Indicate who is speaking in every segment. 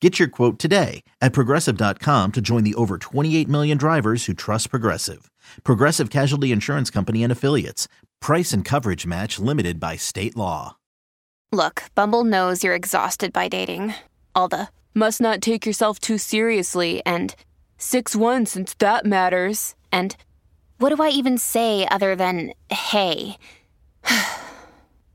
Speaker 1: Get your quote today at progressive.com to join the over 28 million drivers who trust Progressive. Progressive Casualty Insurance Company and Affiliates. Price and coverage match limited by state law.
Speaker 2: Look, Bumble knows you're exhausted by dating. All the must not take yourself too seriously and 6 1 since that matters. And what do I even say other than hey?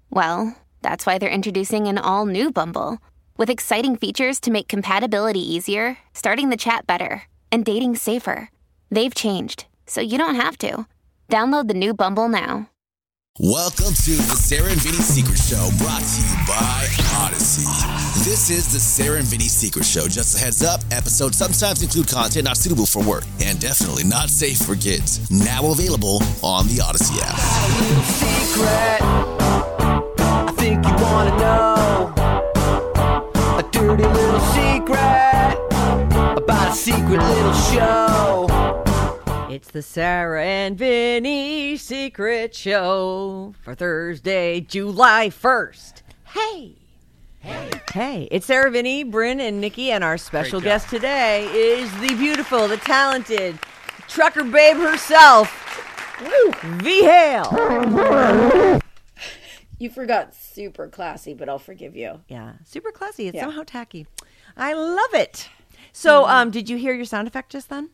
Speaker 2: well, that's why they're introducing an all new Bumble with exciting features to make compatibility easier, starting the chat better, and dating safer. They've changed, so you don't have to. Download the new Bumble now.
Speaker 3: Welcome to the Sarah and Vinny Secret Show, brought to you by Odyssey. This is the Sarah and Vinny Secret Show. Just a heads up, episodes sometimes include content not suitable for work and definitely not safe for kids. Now available on the Odyssey app.
Speaker 4: secret. I think you wanna know a dirty little secret about a secret little show.
Speaker 5: It's the Sarah and Vinny Secret Show for Thursday, July 1st. Hey. Hey. Hey. It's Sarah Vinny, Bryn, and Nikki, and our special guest today is the beautiful, the talented trucker babe herself, V Hale.
Speaker 6: You forgot super classy, but I'll forgive you.
Speaker 5: Yeah. Super classy. It's somehow tacky. I love it. So, um, did you hear your sound effect just then?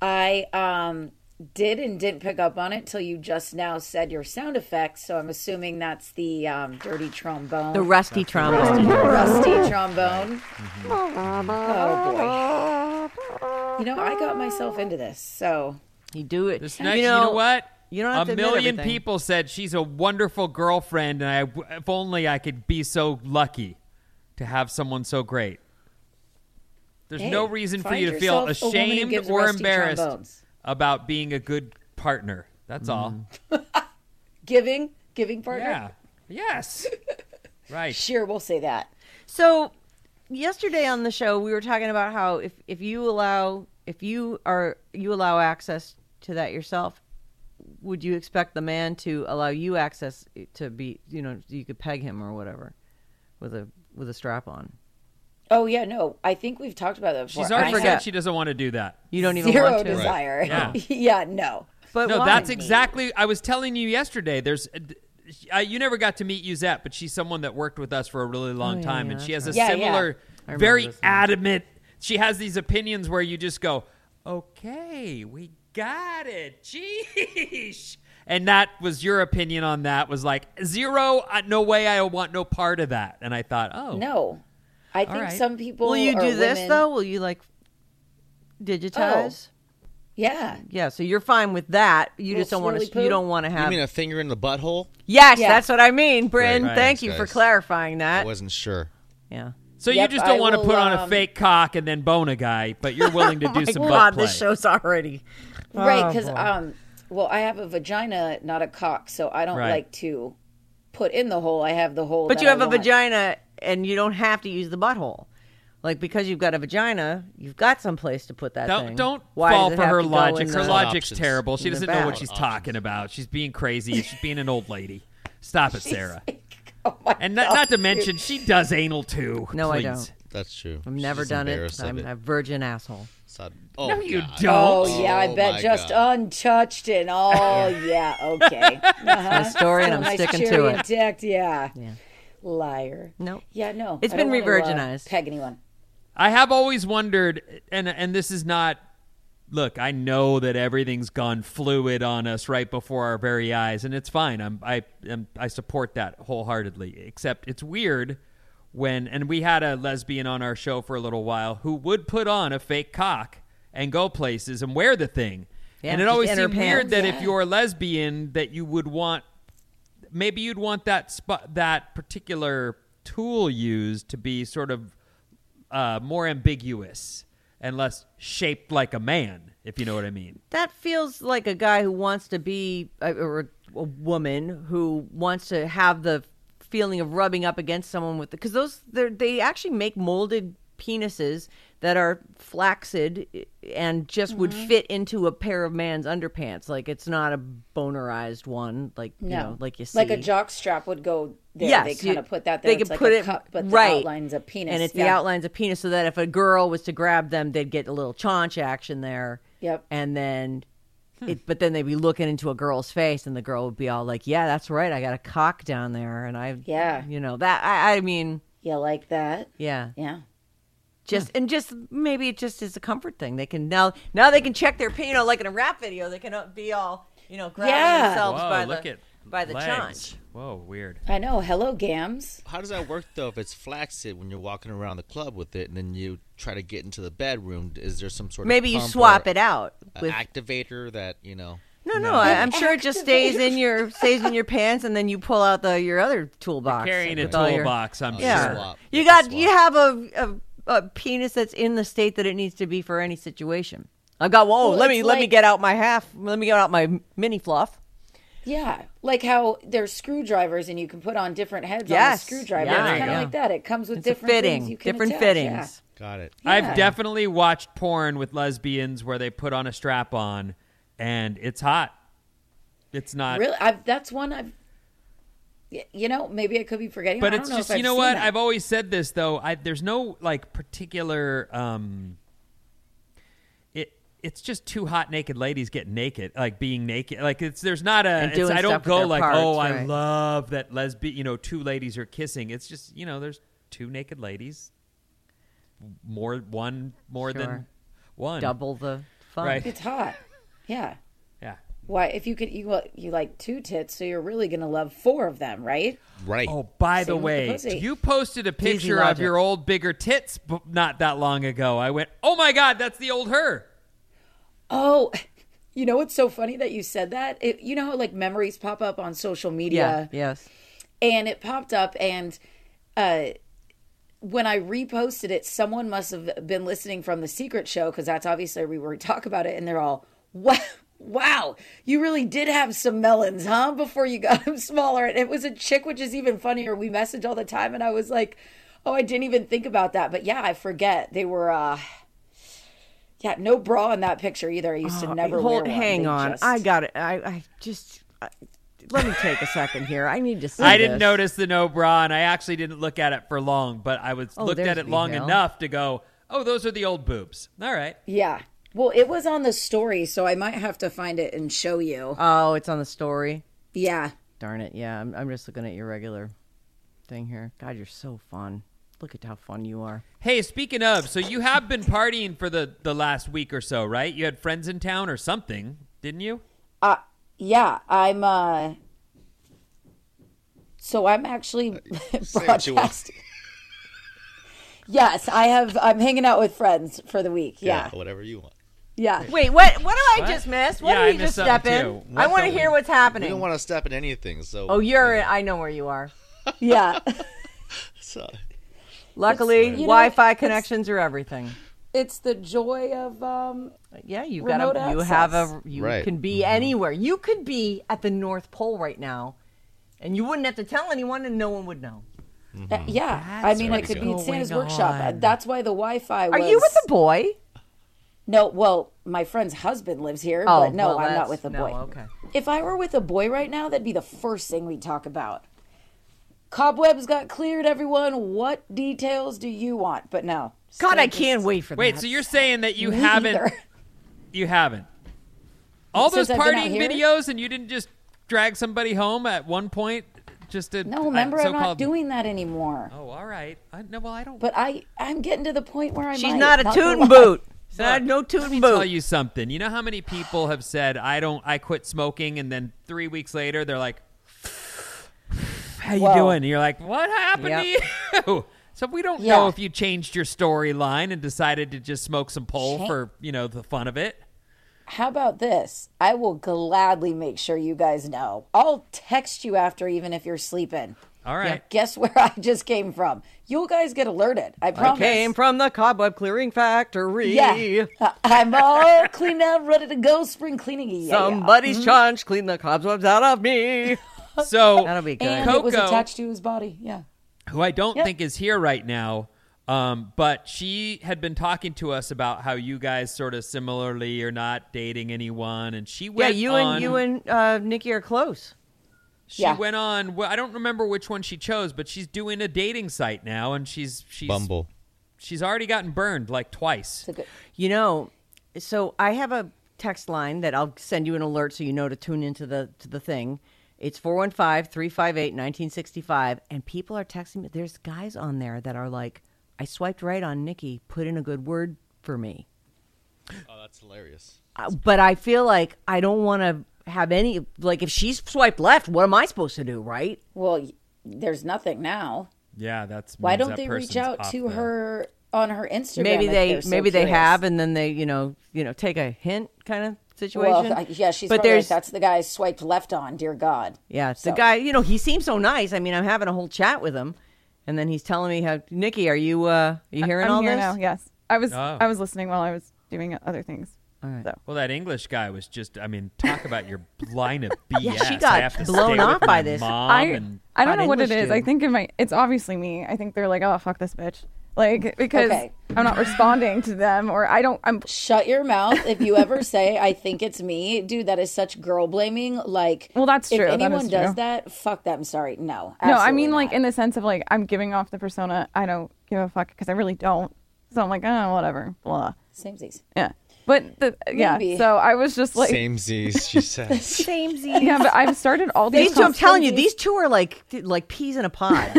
Speaker 6: I um did and didn't pick up on it till you just now said your sound effects, so I'm assuming that's the um, dirty trombone.
Speaker 5: The rusty trombone.
Speaker 6: rusty trombone. Oh boy. You know, I got myself into this, so
Speaker 5: You do it.
Speaker 7: This night, you know, what?
Speaker 5: you don't have to
Speaker 7: a
Speaker 5: admit
Speaker 7: million
Speaker 5: everything.
Speaker 7: people said she's a wonderful girlfriend, and I, w- if only I could be so lucky to have someone so great. There's no
Speaker 6: hey,
Speaker 7: reason for
Speaker 6: find
Speaker 7: you to feel
Speaker 6: yourself a woman who
Speaker 7: ashamed
Speaker 6: gives
Speaker 7: or
Speaker 6: rusty
Speaker 7: embarrassed
Speaker 6: trombones. Mm-hmm.
Speaker 7: about being a good partner. That's all.
Speaker 6: Giving, giving partner.
Speaker 7: Yeah. Yes. right.
Speaker 6: Sure, we'll say that.
Speaker 5: So yesterday on the show we were talking about how if, if you allow if you are you allow access to that yourself, would you expect the man to allow you access to be you know, you could peg him or whatever with a with a strap on.
Speaker 6: Oh yeah, no, I think we've talked about that before.
Speaker 7: She's already
Speaker 6: I
Speaker 7: said
Speaker 6: have
Speaker 5: forget.
Speaker 7: she doesn't want to do that.
Speaker 5: You don't even
Speaker 6: zero
Speaker 5: want to.
Speaker 6: desire.
Speaker 7: Yeah.
Speaker 6: yeah, no.
Speaker 5: But
Speaker 7: No,
Speaker 5: why?
Speaker 7: that's exactly. I was telling you yesterday. There's, uh, you never got to meet Yuzette, but she's someone that worked with us for a really long
Speaker 5: Oh, yeah,
Speaker 7: time,
Speaker 5: yeah,
Speaker 7: and she
Speaker 5: that's
Speaker 7: has a
Speaker 6: right. Yeah, yeah.
Speaker 7: similar, very adamant. She has these opinions where you just go, "Okay, we got it." Geesh. And that was your opinion on that. Was like zero. Uh, no way. I want no part of that. And I thought, oh,
Speaker 6: No. I think
Speaker 7: right.
Speaker 6: some people
Speaker 5: Will you
Speaker 6: or
Speaker 5: do this
Speaker 6: women-
Speaker 5: though?
Speaker 6: Oh.
Speaker 5: Will you like digitize?
Speaker 6: Yeah.
Speaker 5: Yeah, so you're fine with that. You
Speaker 6: Little
Speaker 5: just don't want
Speaker 6: swirly
Speaker 5: to. You
Speaker 6: poo?
Speaker 5: don't want to
Speaker 8: You
Speaker 5: have.
Speaker 8: mean a finger in the butthole?
Speaker 5: yes,
Speaker 6: Yeah.
Speaker 5: that's what I mean, Bryn.
Speaker 8: Right.
Speaker 5: Thank
Speaker 8: Thanks,
Speaker 5: you for
Speaker 8: guys.
Speaker 5: clarifying
Speaker 8: I
Speaker 5: that.
Speaker 8: wasn't sure.
Speaker 5: yeah.
Speaker 7: so
Speaker 6: Yep,
Speaker 7: you just don't
Speaker 6: I
Speaker 7: want to
Speaker 6: will,
Speaker 7: put on a
Speaker 6: um,
Speaker 7: fake cock and then bone a guy, but you're willing to do some butt
Speaker 5: God,
Speaker 7: play.
Speaker 5: this show's already. Oh,
Speaker 6: Right, because um, well, I have a vagina, not a cock, so I don't
Speaker 7: Right.
Speaker 6: like to put in the hole. I have the hole.
Speaker 5: But
Speaker 6: that
Speaker 5: you
Speaker 6: I
Speaker 5: have a
Speaker 6: want.
Speaker 5: vagina, and you don't have to use the butthole. Like because you've got a vagina, you've got some place to put that
Speaker 7: Don't
Speaker 5: thing.
Speaker 7: don't
Speaker 5: Why
Speaker 7: fall
Speaker 5: does it
Speaker 7: for
Speaker 5: have
Speaker 7: her
Speaker 5: to go
Speaker 7: logic.
Speaker 5: in
Speaker 7: Her
Speaker 5: the-
Speaker 7: logic's
Speaker 8: options.
Speaker 7: terrible. She
Speaker 5: In the
Speaker 7: doesn't know
Speaker 5: back.
Speaker 7: what she's talking about. She's being crazy. She's being an old lady. Stop it, Sarah.
Speaker 6: Oh my
Speaker 7: And not,
Speaker 6: God.
Speaker 7: not to mention, she does anal too.
Speaker 5: No, I
Speaker 7: please.
Speaker 5: don't.
Speaker 8: That's true.
Speaker 5: I've never done it. I'm a virgin asshole.
Speaker 8: oh,
Speaker 7: No, you
Speaker 8: God.
Speaker 7: don't.
Speaker 6: Oh yeah, I
Speaker 8: Oh,
Speaker 6: bet
Speaker 8: my
Speaker 6: just
Speaker 8: God.
Speaker 6: untouched and all. yeah, okay. Uh-huh.
Speaker 5: My story, and I'm
Speaker 6: Nice
Speaker 5: sticking to
Speaker 6: cherry
Speaker 5: it.
Speaker 6: intact, Yeah.
Speaker 5: Yeah.
Speaker 6: Liar.
Speaker 5: Nope.
Speaker 6: Yeah, no.
Speaker 5: It's
Speaker 6: I don't
Speaker 5: been
Speaker 6: wanna, uh,
Speaker 5: re-virginized.
Speaker 6: Peg anyone.
Speaker 7: I have always wondered, and and this is not. Look, I know that everything's gone fluid on us right before our very eyes, and it's fine. I'm I am, I support that wholeheartedly. Except it's weird when and we had a lesbian on our show for a little while who would put on a fake cock and go places and wear the thing.
Speaker 5: Yeah,
Speaker 7: and it
Speaker 5: just
Speaker 7: always
Speaker 5: in her
Speaker 7: seemed
Speaker 5: pants.
Speaker 7: weird that if you're a lesbian that you would want maybe you'd want that spot that particular tool used to be sort of uh, more ambiguous and less shaped like a man if you know what I mean.
Speaker 5: That feels like a guy who wants to be, uh, or a woman who wants to have the feeling of rubbing up against someone with, because those they're- they actually make molded penises that are flaccid and just would
Speaker 6: Mm-hmm.
Speaker 5: fit into a pair of man's underpants. Like it's not a bonerized one, like you know, like you see,
Speaker 6: Like a jock strap would go there.
Speaker 5: Yes,
Speaker 6: they
Speaker 5: you-
Speaker 6: kind of put that there.
Speaker 5: they
Speaker 6: it's
Speaker 5: could
Speaker 6: like
Speaker 5: put
Speaker 6: a
Speaker 5: it-
Speaker 6: cup, but
Speaker 5: right.
Speaker 6: the outline's a penis.
Speaker 5: and it's the
Speaker 6: Yeah.
Speaker 5: outlines of penis, so that if a girl was to grab them, they'd get a little chaunch action there.
Speaker 6: Yep.
Speaker 5: And then,
Speaker 6: Hmm.
Speaker 5: it, but then they'd be looking into a girl's face, and the girl would be all like, "Yeah, that's right, I got a cock down there," and I,
Speaker 6: Yeah.
Speaker 5: you know that. I, I mean,
Speaker 6: Yeah, like that.
Speaker 5: yeah,
Speaker 6: Yeah.
Speaker 5: just and just maybe it just is a comfort thing. They can now now they can check their, pe- you know, like in a rap video, they can uh, be all, you know, grabbing
Speaker 6: Yeah.
Speaker 5: themselves
Speaker 7: Whoa,
Speaker 5: by
Speaker 7: look
Speaker 5: the
Speaker 7: at
Speaker 5: by the
Speaker 7: legs.
Speaker 5: chaunch.
Speaker 7: Whoa, weird.
Speaker 6: I know. Hello, Gams.
Speaker 8: How does that work though? If it's flaccid when you're walking around the club with it, and then you try to get into the bedroom, is there some sort of
Speaker 5: Maybe you
Speaker 8: pump
Speaker 5: swap
Speaker 8: or
Speaker 5: it out
Speaker 8: a
Speaker 5: with
Speaker 8: activator that you know?
Speaker 5: No, no, I, I'm sure it just stays in your stays in your pants, and then you pull out the your other toolbox.
Speaker 7: Carrying a
Speaker 5: with all your-
Speaker 7: toolbox, I'm
Speaker 5: yeah,
Speaker 7: sure.
Speaker 8: Swap.
Speaker 5: you
Speaker 8: It's a
Speaker 5: got you have a, a a penis that's in the state that it needs to be for any situation. I've got whoa.
Speaker 6: Well,
Speaker 5: let me
Speaker 6: it's
Speaker 5: let me
Speaker 6: like-
Speaker 5: get out my half. Let me get out my mini fluff.
Speaker 6: Yeah. Like how there's screwdrivers and you can put on different heads on a
Speaker 5: Yes.
Speaker 6: screwdriver.
Speaker 5: Yeah.
Speaker 6: It's
Speaker 5: There you
Speaker 6: kind of
Speaker 5: go.
Speaker 6: like that. It comes with
Speaker 5: It's
Speaker 6: different
Speaker 5: a fitting,
Speaker 6: things you can
Speaker 5: different
Speaker 6: attach, yeah.
Speaker 5: fittings.
Speaker 8: Got it.
Speaker 6: Yeah.
Speaker 7: I've definitely watched porn with lesbians where they put on a strap on, and it's hot. It's not.
Speaker 6: Really, I've, that's one I've. y- You know, maybe I could be forgetting.
Speaker 7: But
Speaker 6: I don't
Speaker 7: it's
Speaker 6: know
Speaker 7: just
Speaker 6: if I've
Speaker 7: you know
Speaker 6: seen
Speaker 7: what
Speaker 6: that.
Speaker 7: I've always said this though. I, there's no like particular. um It it's just two hot naked ladies get naked, like being naked. Like it's there's not a. it's-
Speaker 5: doing
Speaker 7: I don't
Speaker 5: stuff with
Speaker 7: go
Speaker 5: their
Speaker 7: like
Speaker 5: parts,
Speaker 7: oh I
Speaker 5: right.
Speaker 7: love that lesbian. You know, two ladies are kissing. It's just you know there's two naked ladies. More one more than
Speaker 5: Sure.
Speaker 7: one
Speaker 5: Double the fun.
Speaker 7: right
Speaker 6: It's hot. Yeah.
Speaker 7: yeah.
Speaker 6: Why? If you could, you you like two tits, so you're really gonna love four of them, right?
Speaker 8: Right.
Speaker 7: Oh, by
Speaker 6: Same
Speaker 7: the
Speaker 6: with the
Speaker 7: way,
Speaker 6: pussy.
Speaker 7: you posted a
Speaker 5: easy
Speaker 7: picture of
Speaker 5: logic.
Speaker 7: your old bigger tits b- not that long ago. I went, oh my god, that's the old her.
Speaker 6: Oh, you know what's so funny that you said that? It, you know how like memories pop up on social
Speaker 5: Yeah.
Speaker 6: media,
Speaker 5: Yes.
Speaker 6: and it popped up, and uh, when I reposted it, someone must have been listening from the secret show because that's obviously we were talk about it, and they're all wow. Wow, you really did have some melons, huh? Before you got them smaller. And it was a chick, which is even funnier. We message all the time, and I was like, oh, I didn't even think about that. But yeah, I forget. They were, uh, yeah, no bra in that picture either. I used to never wear
Speaker 5: Oh, Hold.
Speaker 6: one.
Speaker 5: Hang
Speaker 6: They
Speaker 5: on.
Speaker 6: just-
Speaker 5: I got it. I I just. I, let me take a second here. I need to see.
Speaker 7: I didn't
Speaker 5: this.
Speaker 7: notice the no bra, and I actually didn't look at it for long, but I was
Speaker 5: Oh,
Speaker 7: looked at
Speaker 5: there's
Speaker 7: it long
Speaker 5: Miguel.
Speaker 7: enough to go, oh, those are the old boobs. All right.
Speaker 6: Yeah. Well, it was on the story, so I might have to find it and show you.
Speaker 5: Oh, it's on the story.
Speaker 6: Yeah.
Speaker 5: Darn it. Yeah, I'm, I'm just looking at your regular thing here. God, you're so fun. Look at how fun you are.
Speaker 7: Hey, speaking of, so you have been partying for the the last week or so, right? You had friends in town or something, didn't you?
Speaker 6: Uh, yeah, I'm, uh, so I'm actually
Speaker 8: Uh, what you want.
Speaker 6: broadcasting. Yes, I have. I'm hanging out with friends for the week. Yeah,
Speaker 8: Whatever you want.
Speaker 6: yeah.
Speaker 5: Wait, what What do I
Speaker 7: What?
Speaker 5: just miss? What
Speaker 7: Yeah, I
Speaker 5: did you
Speaker 7: missed
Speaker 5: just step
Speaker 7: something,
Speaker 5: in?
Speaker 7: too. What
Speaker 5: I want to
Speaker 7: don't
Speaker 5: hear
Speaker 7: we-
Speaker 5: what's
Speaker 8: We don't
Speaker 5: happening.
Speaker 8: want to step in anything. So.
Speaker 5: Oh, you're in. I know where you are.
Speaker 6: yeah.
Speaker 8: So,
Speaker 5: Luckily,
Speaker 6: uh, know,
Speaker 5: Wi-Fi
Speaker 6: it's-
Speaker 5: connections are everything.
Speaker 6: It's the joy of um
Speaker 5: Yeah, you
Speaker 6: Remote
Speaker 5: got a, you have a
Speaker 6: access. Mm-hmm.
Speaker 5: you
Speaker 8: Right.
Speaker 5: can be anywhere. You could be at the North Pole right now, and you wouldn't have to tell anyone, and no one would know.
Speaker 8: Mm-hmm.
Speaker 6: uh, yeah. I mean, I
Speaker 8: what's
Speaker 6: could be at
Speaker 7: going
Speaker 6: Santa's workshop. Uh,
Speaker 7: on.
Speaker 6: That's why the Wi-Fi was
Speaker 5: Oh Are you with the boy?
Speaker 6: No, well, my friend's husband lives here, but Oh,
Speaker 5: Oh,
Speaker 6: no,
Speaker 5: well,
Speaker 6: I'm not
Speaker 5: that's-
Speaker 6: with the
Speaker 5: no,
Speaker 6: boy.
Speaker 5: okay.
Speaker 6: If I were with a boy right now, that'd be the first thing we'd talk about. Cobwebs got cleared, everyone. What details do you want? But no.
Speaker 5: God, I can't wait for
Speaker 7: Wait,
Speaker 5: that.
Speaker 7: so you're saying that you
Speaker 6: Me
Speaker 7: haven't
Speaker 6: either.
Speaker 7: you haven't. All
Speaker 6: Since
Speaker 7: those
Speaker 6: I've been out
Speaker 7: partying
Speaker 6: here?
Speaker 7: videos and you didn't just drag somebody home at one point just to
Speaker 6: No, remember,
Speaker 7: uh,
Speaker 6: I'm not
Speaker 7: so-called-
Speaker 6: doing that anymore.
Speaker 7: Oh, all right. I, no, well, I don't
Speaker 6: But I, I'm getting to the point where I'm.
Speaker 5: She's not a toot and boot. She's not no toot and
Speaker 7: tell
Speaker 5: boot.
Speaker 7: you something. You know how many people have said I don't I quit smoking and then 3 weeks later they're like How you
Speaker 6: Whoa.
Speaker 7: doing? And you're like, "What happened
Speaker 5: Yep.
Speaker 7: to you?" So we don't
Speaker 6: Yeah.
Speaker 7: know if you changed your storyline and decided to just smoke some pole
Speaker 6: Cha-
Speaker 7: for, you know, the fun of it.
Speaker 6: How about this? I will gladly make sure you guys know. I'll text you after, even if you're sleeping.
Speaker 7: All right.
Speaker 6: Guess where I just came from? You guys get alerted. I promise.
Speaker 5: Came from the cobweb clearing factory.
Speaker 6: Yeah. Uh, I'm all cleaned up, ready to go. Spring cleaning. Yeah,
Speaker 5: Somebody's chunch cleaned the cobwebs out of me.
Speaker 7: So
Speaker 5: That'll be good.
Speaker 6: Yeah. And it was
Speaker 7: Coco-
Speaker 6: attached to his body. Yeah.
Speaker 7: who I don't think is here right now. Um, but she had been talking to us about how you guys sort of similarly are not dating anyone, and she
Speaker 5: yeah,
Speaker 7: went.
Speaker 5: you
Speaker 7: on-
Speaker 5: and you and uh, Nikki are close.
Speaker 7: she
Speaker 6: Yeah.
Speaker 7: went on. Well, I don't remember which one she chose, but she's doing a dating site now, and she's she's
Speaker 8: Bumble.
Speaker 7: She's already gotten burned like twice.
Speaker 6: It's a good-
Speaker 5: You know, so I have a text line that I'll send you an alert so you know to tune into the to the thing. It's 415-358-1965 and people are texting me there's guys on there that are like I swiped right on Nikki, put in a good word for me.
Speaker 8: Oh, that's hilarious.
Speaker 5: Uh, But I feel like I don't want to have any like if she's swiped left, what am I supposed to do, right?
Speaker 6: Well, y- there's nothing now.
Speaker 7: Yeah, that's
Speaker 6: Why
Speaker 7: means
Speaker 6: don't
Speaker 7: that
Speaker 6: they
Speaker 7: person's
Speaker 6: reach out
Speaker 7: off
Speaker 6: to
Speaker 7: the-
Speaker 6: her on her Instagram?
Speaker 5: maybe
Speaker 6: if
Speaker 5: they
Speaker 6: they're so
Speaker 5: maybe they
Speaker 6: curious?
Speaker 5: have and then they, you know, you know, take a hint kind of situation.
Speaker 6: Well, I- yeah, she's.
Speaker 5: But
Speaker 6: probably
Speaker 5: there's
Speaker 6: like, that's the guy I swiped left on. Dear God.
Speaker 5: Yeah, it's the
Speaker 6: So-
Speaker 5: guy, you know, he seems so nice. I mean, I'm having a whole chat with him, and then he's telling me how Nikki, are you uh, are you hearing
Speaker 9: I'm
Speaker 5: all
Speaker 9: here
Speaker 5: this?
Speaker 9: now. Yes, I was.
Speaker 7: Oh.
Speaker 9: I was listening while I was doing other things. So
Speaker 7: Well, that English guy was just. I mean, talk about your line of BS.
Speaker 5: she
Speaker 7: I
Speaker 5: got
Speaker 7: have to
Speaker 5: blown
Speaker 7: stay with
Speaker 5: off by
Speaker 7: my
Speaker 5: this.
Speaker 7: Mom
Speaker 9: I,
Speaker 7: and
Speaker 9: I don't
Speaker 5: not
Speaker 9: know what it
Speaker 5: English
Speaker 9: is. I
Speaker 5: dude.
Speaker 9: think in my it's obviously me. I think they're like, oh fuck this bitch, like because
Speaker 6: Okay.
Speaker 9: I'm not responding to them or I don't. I'm
Speaker 6: Shut your mouth if you ever say I think it's me, dude. That is such girl blaming. Like,
Speaker 9: Well, that's
Speaker 6: if
Speaker 9: true. That
Speaker 6: anyone
Speaker 9: is
Speaker 6: does
Speaker 9: true.
Speaker 6: that, fuck that. I'm sorry. No,
Speaker 9: no. I mean
Speaker 6: absolutely
Speaker 9: like
Speaker 6: not.
Speaker 9: in the sense of like I'm giving off the persona. I don't give a fuck because I really don't. So I'm like, oh whatever, blah.
Speaker 6: same things.
Speaker 9: Yeah, but the, yeah.
Speaker 6: Maybe.
Speaker 9: So I was just like,
Speaker 8: Same Z's, she says.
Speaker 9: yeah, but I've started all these.
Speaker 5: These two, I'm
Speaker 9: conversations-
Speaker 5: telling you, these two are like like peas in a pod.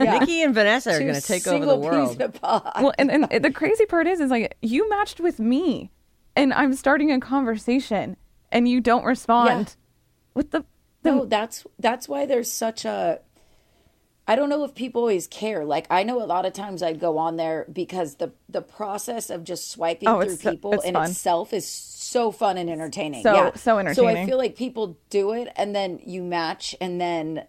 Speaker 5: Nikki and Vanessa are
Speaker 6: Two
Speaker 5: going to take over
Speaker 6: single
Speaker 5: the
Speaker 6: peas
Speaker 5: world.
Speaker 6: in a pod.
Speaker 9: well, and, and the crazy part is, is like you matched with me, and I'm starting a conversation, and you don't respond. What the? the
Speaker 6: No, that's that's why there's such a I don't know if people always care. Like I know a lot of times I'd go on there because the the process of just swiping
Speaker 9: Oh,
Speaker 6: through
Speaker 9: it's so-
Speaker 6: people
Speaker 9: it's
Speaker 6: in
Speaker 9: fun.
Speaker 6: itself is so fun and entertaining.
Speaker 9: So-
Speaker 6: yeah.
Speaker 9: so
Speaker 6: So I
Speaker 9: entertaining.
Speaker 6: feel like people do it and then you match and then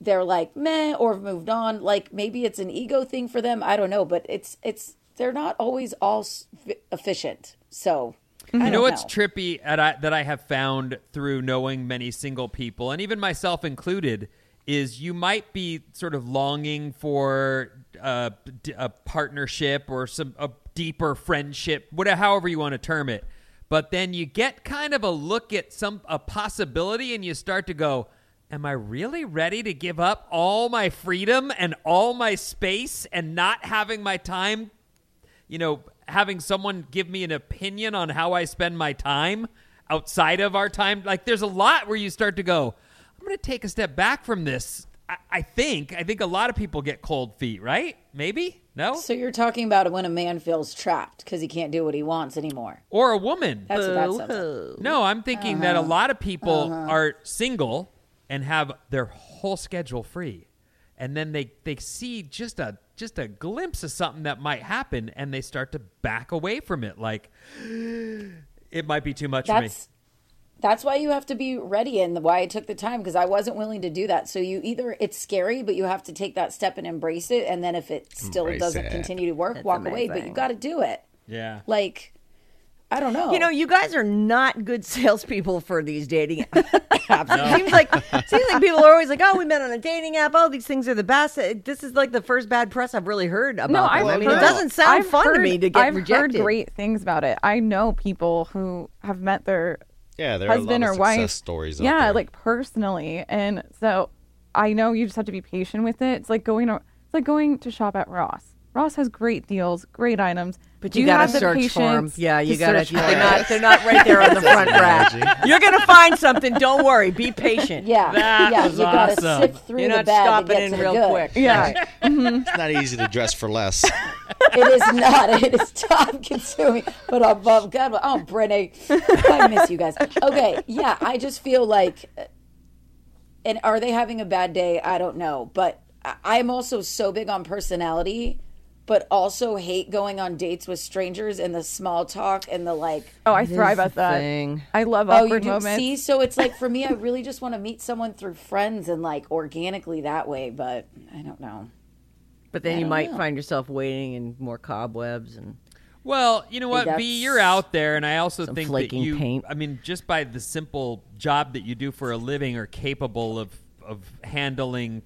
Speaker 6: they're like meh or have moved on. Like maybe it's an ego thing for them. I don't know, but it's it's they're not always all s- efficient. So
Speaker 9: Mm-hmm.
Speaker 6: I
Speaker 7: You know
Speaker 6: don't
Speaker 7: what's trippy at I, that I have found through knowing many single people, and even myself included, is you might be sort of longing for uh, d- a partnership or some a deeper friendship, whatever, however you want to term it. But then you get kind of a look at some a possibility, and you start to go, "Am I really ready to give up all my freedom and all my space and not having my time you know, having someone give me an opinion on how I spend my time outside of our time. Like, there's a lot where you start to go, I'm going to take a step back from this. I, I think, I think a lot of people get cold feet, right? Maybe? No?
Speaker 6: So you're talking about when a man feels trapped because he can't do what he wants anymore.
Speaker 7: Or a woman.
Speaker 6: That's what that sounds like.
Speaker 7: No, I'm thinking that a lot of people are single and have their whole schedule free. And then they, they see just a just a glimpse of something that might happen and they start to back away from it like it might be too much for me.
Speaker 6: That's that's why you have to be ready and why I took the time because I wasn't willing to do that. So you either it's scary, but you have to take that step and embrace it. And then if it still
Speaker 8: Embrace
Speaker 6: doesn't
Speaker 8: it.
Speaker 6: continue to work, walk away. But you
Speaker 5: amazing.
Speaker 6: got to do it.
Speaker 7: Yeah.
Speaker 6: Like I don't know.
Speaker 5: You know, you guys are not good salespeople for these dating apps. It seems like seems like people are always like, "Oh, we met on a dating app. Oh, these things are the best." Uh, This is like the first bad press I've really heard about.
Speaker 9: no,
Speaker 5: them.
Speaker 9: I've
Speaker 5: I mean,
Speaker 9: heard-
Speaker 5: it doesn't sound
Speaker 9: I've
Speaker 5: fun to
Speaker 9: heard-
Speaker 5: me to get
Speaker 9: I've
Speaker 5: rejected.
Speaker 9: heard great things about it. I know people who have met their
Speaker 8: Yeah, there are a
Speaker 9: husband
Speaker 8: lot
Speaker 9: or
Speaker 8: of success
Speaker 9: wife
Speaker 8: stories out
Speaker 9: Yeah,
Speaker 8: there.
Speaker 9: like personally, and so I know you just have to be patient with it. It's like going to it's like going to shop at Ross. Ross has great deals, great items,
Speaker 5: But
Speaker 9: but
Speaker 5: you,
Speaker 9: you,
Speaker 5: gotta
Speaker 9: have the
Speaker 5: search for them.
Speaker 9: patience
Speaker 5: Yeah, you
Speaker 9: to
Speaker 5: gotta.
Speaker 9: search
Speaker 5: you-
Speaker 9: for
Speaker 5: they're
Speaker 9: it.
Speaker 5: not. They're not right there on the front rack. You're gonna find something. Don't worry. Be patient.
Speaker 6: yeah,
Speaker 7: That
Speaker 6: yeah.
Speaker 7: was
Speaker 6: You got to
Speaker 7: awesome.
Speaker 6: sift through
Speaker 5: You're
Speaker 6: the
Speaker 5: not
Speaker 6: bag to
Speaker 5: stopping
Speaker 6: get
Speaker 5: in
Speaker 6: to the
Speaker 5: real
Speaker 6: good.
Speaker 5: quick.
Speaker 9: Yeah,
Speaker 8: It's not easy to dress for less.
Speaker 6: It is not. It is time consuming, but above God. Oh, Brené, I miss you guys. Okay, yeah, I just feel like, uh, and are they having a bad day? I don't know, but I- I'm also so big on personality but also hate going on dates with strangers and the small talk and the like.
Speaker 9: Oh, I thrive at that.
Speaker 5: thing.
Speaker 9: I love
Speaker 6: Oh, you
Speaker 9: awkward
Speaker 6: do
Speaker 9: moments.
Speaker 6: see. So it's like for me, I really just want to meet someone through friends and like organically that way. But I don't know.
Speaker 5: But then you might find yourself waiting in more cobwebs and
Speaker 7: Well, you know what,
Speaker 6: that's
Speaker 7: B, you're out there, and I also
Speaker 5: some
Speaker 7: think that
Speaker 5: flaking
Speaker 7: you.
Speaker 5: paint.
Speaker 7: I mean, just by the simple job that you do for a living, are capable of of handling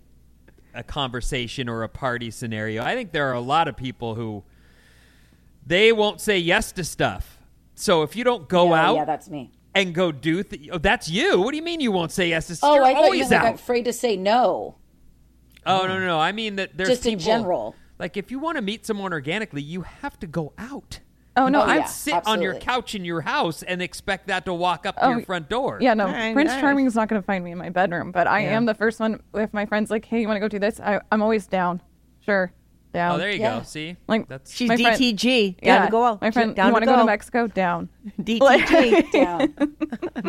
Speaker 7: a conversation or a party scenario. I think there are a lot of people who they won't say yes to stuff. So if you don't go
Speaker 6: Yeah,
Speaker 7: out
Speaker 6: Yeah, that's me.
Speaker 7: and go do, th- oh, that's you. What do you mean you won't say yes to? stuff?
Speaker 6: Oh,
Speaker 7: you're
Speaker 6: I thought you
Speaker 7: always
Speaker 6: were like,
Speaker 7: out.
Speaker 6: afraid to say no.
Speaker 7: Oh no, no, no. I mean that there's
Speaker 6: Just in
Speaker 7: people-
Speaker 6: general.
Speaker 7: Like if you want to meet someone organically, you have to go out.
Speaker 9: Oh no,
Speaker 6: Oh,
Speaker 9: I
Speaker 6: yeah,
Speaker 7: Sit on your
Speaker 6: absolutely.
Speaker 7: couch in your house and expect that to walk up to
Speaker 9: Oh,
Speaker 7: your front door.
Speaker 9: yeah no.
Speaker 5: Nice,
Speaker 9: Prince
Speaker 5: nice.
Speaker 9: Charming's not gonna find me in my bedroom, but I am the first one. If my friends like, hey, you want to go do this? I, I'm always down. Sure, down.
Speaker 7: Oh, there you
Speaker 6: Yeah.
Speaker 7: go. See,
Speaker 9: Like,
Speaker 7: that's
Speaker 5: she's
Speaker 9: My friend-
Speaker 5: DTG.
Speaker 9: yeah,
Speaker 5: down to go out.
Speaker 9: my friend.
Speaker 5: down
Speaker 9: you want
Speaker 5: to
Speaker 9: to go to Mexico? Down.
Speaker 5: DTG.
Speaker 6: Down,